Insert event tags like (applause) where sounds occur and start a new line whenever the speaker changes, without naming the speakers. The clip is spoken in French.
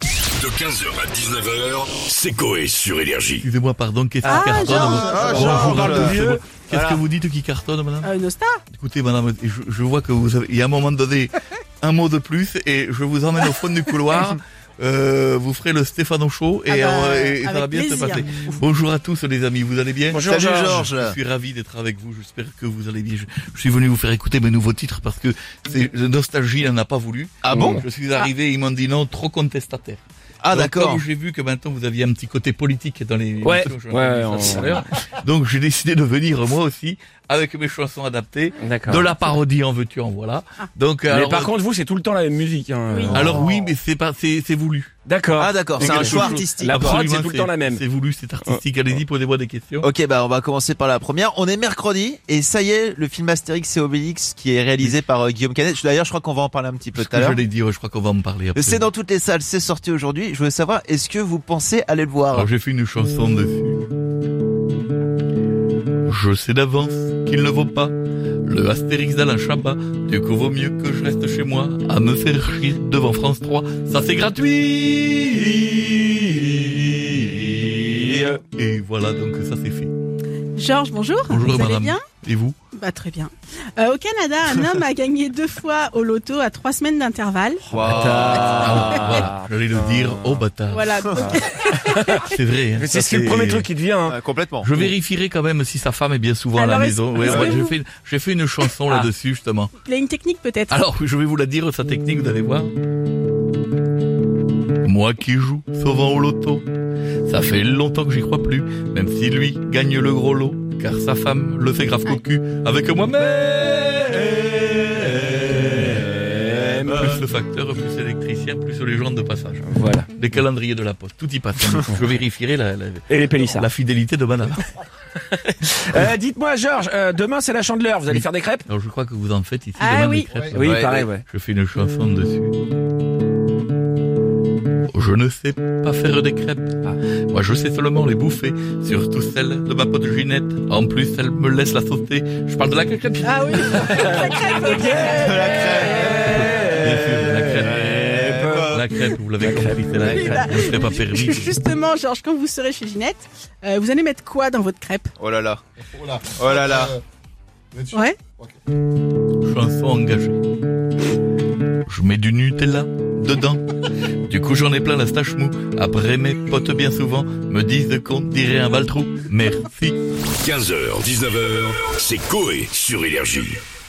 De 15h à 19h, c'est Coé sur Énergie.
Excusez-moi, pardon, qu'est-ce qui cartonne
Jean.
vous-
Ah,
Jean,
Jean,
vous parle
voilà.
de vieux. Qu'est-ce que
Voilà.
vous dites qui cartonne, madame
Euh, Une star
Écoutez, madame, je, je vois que vous avez, il y a un moment donné, un mot de plus et je vous emmène au fond du
(laughs)
couloir. Euh, vous ferez le Stéphano Show et,
Ah bah,
euh, et ça
avec
va bien se
plaisir.
passer. Bonjour à tous les amis, vous allez bien
Bonjour, Salut, Georges. Georges.
Je suis ravi d'être avec vous, j'espère que vous allez bien. Je, je suis venu vous faire écouter mes nouveaux titres parce que c'est le Nostalgie n'en a pas voulu.
Ah bon
Je suis arrivé, ils m'ont dit non, trop contestataire.
Ah
Donc,
d'accord.
comme J'ai vu que maintenant vous aviez un petit côté politique dans les.
Ouais.
émissions, je
Ouais,
l'ai dit ça
on-
tout à l'heure. Donc j'ai décidé de venir moi aussi avec mes chansons adaptées,
D'accord.
de la parodie en veux-tu en voilà. Donc
Mais
alors,
par contre, vous, c'est tout le temps la même musique. Hein.
Oui.
Euh, alors oui, mais c'est pas c'est c'est voulu.
D'accord.
Ah d'accord, c'est
Quelque
un choix
chose-
artistique.
La prod,
Absolument,
c'est tout le temps la même. Oh.
C'est voulu, c'est artistique. Allez-y, posez-moi des questions.
Ok, bah on va commencer par la première. On est mercredi et ça y est, le film Astérix et Obélix qui est réalisé par euh, Guillaume Canet. Je- D'ailleurs, je crois qu'on va en parler un petit peu
Parce
tout à
que je
l'heure.
l'ai dit, ouais, je crois qu'on va en parler. Après.
C'est dans toutes les salles, c'est sorti aujourd'hui. Je voulais savoir, est-ce que vous pensez aller le
Ah.
Alors
voir
j'ai fait une chanson dessus. Je sais d'avance qu'il ne vaut pas le Astérix d'Alain Chabat. Du coup, vaut mieux que je reste chez moi à me faire chier devant France 3. Ça, c'est gratuit Et voilà, donc ça, c'est fait.
Georges, bonjour.
Bonjour,
Vous allez
madame.
bien
Et vous
Bah très bien. Euh, au Canada, un homme a gagné deux fois au loto à trois semaines d'intervalle.
Ah, J'allais le dire, oh bâtard.
(laughs) Voilà. Donc,
C'est vrai. hein,
Mais
ça,
c'est c'est le premier truc qui te vient. Hein.
Complètement.
Je vérifierai quand même si sa femme est bien souvent à la
Alors,
maison. Ouais,
est-ce
ouais,
que
j'ai
vous-
fait, j'ai fait une chanson
Ah.
là-dessus, justement.
il a une technique peut-être.
Alors, je vais vous la dire, sa technique, vous allez voir. Moi qui joue souvent au loto, ça fait longtemps que j'y crois plus, même si lui gagne le gros lot, car sa femme le fait grave cocu avec moi-même. Plus le facteur, plus l'électricien, plus les gens de passage.
Voilà.
Les calendriers de la poste, tout y passe. Je vérifierai la, la,
Et les pélissards.
la fidélité de madame.
Euh, Dites-moi, Georges, euh, demain c'est la chandeleur. Vous allez faire des crêpes
Alors je crois que vous en faites ici.
Ah
demain, des
oui.
crêpes.
Oui,
Ouais,
pareil,
ouais.
ouais.
Je fais une chanson dessus. Je ne sais pas faire des crêpes. Ah, Moi, je sais seulement les bouffer. Surtout celle de ma pote Ginette. En plus, elle me laisse la sauter. Je parle de la crêpe. Bien sûr, (laughs)
Ah oui. La crêpe, la crêpe.
la crêpe. Eh, La crêpe, vous l'avez compris, c'est la
Oui, bah,
crêpe. Je ne serais pas
ju-
permis.
Justement, Georges, quand vous serez chez Ginette, euh, vous allez mettre quoi dans votre crêpe
Oh là là. Oh là là.
Ouais.
Chanson engagée. Je mets du Nutella dedans. Du coup, j'en ai plein la stache mou. Après, mes potes, bien souvent, me disent qu'on dirait un baltrou. Merci.
15h, 19h, c'est Coé sur Énergie.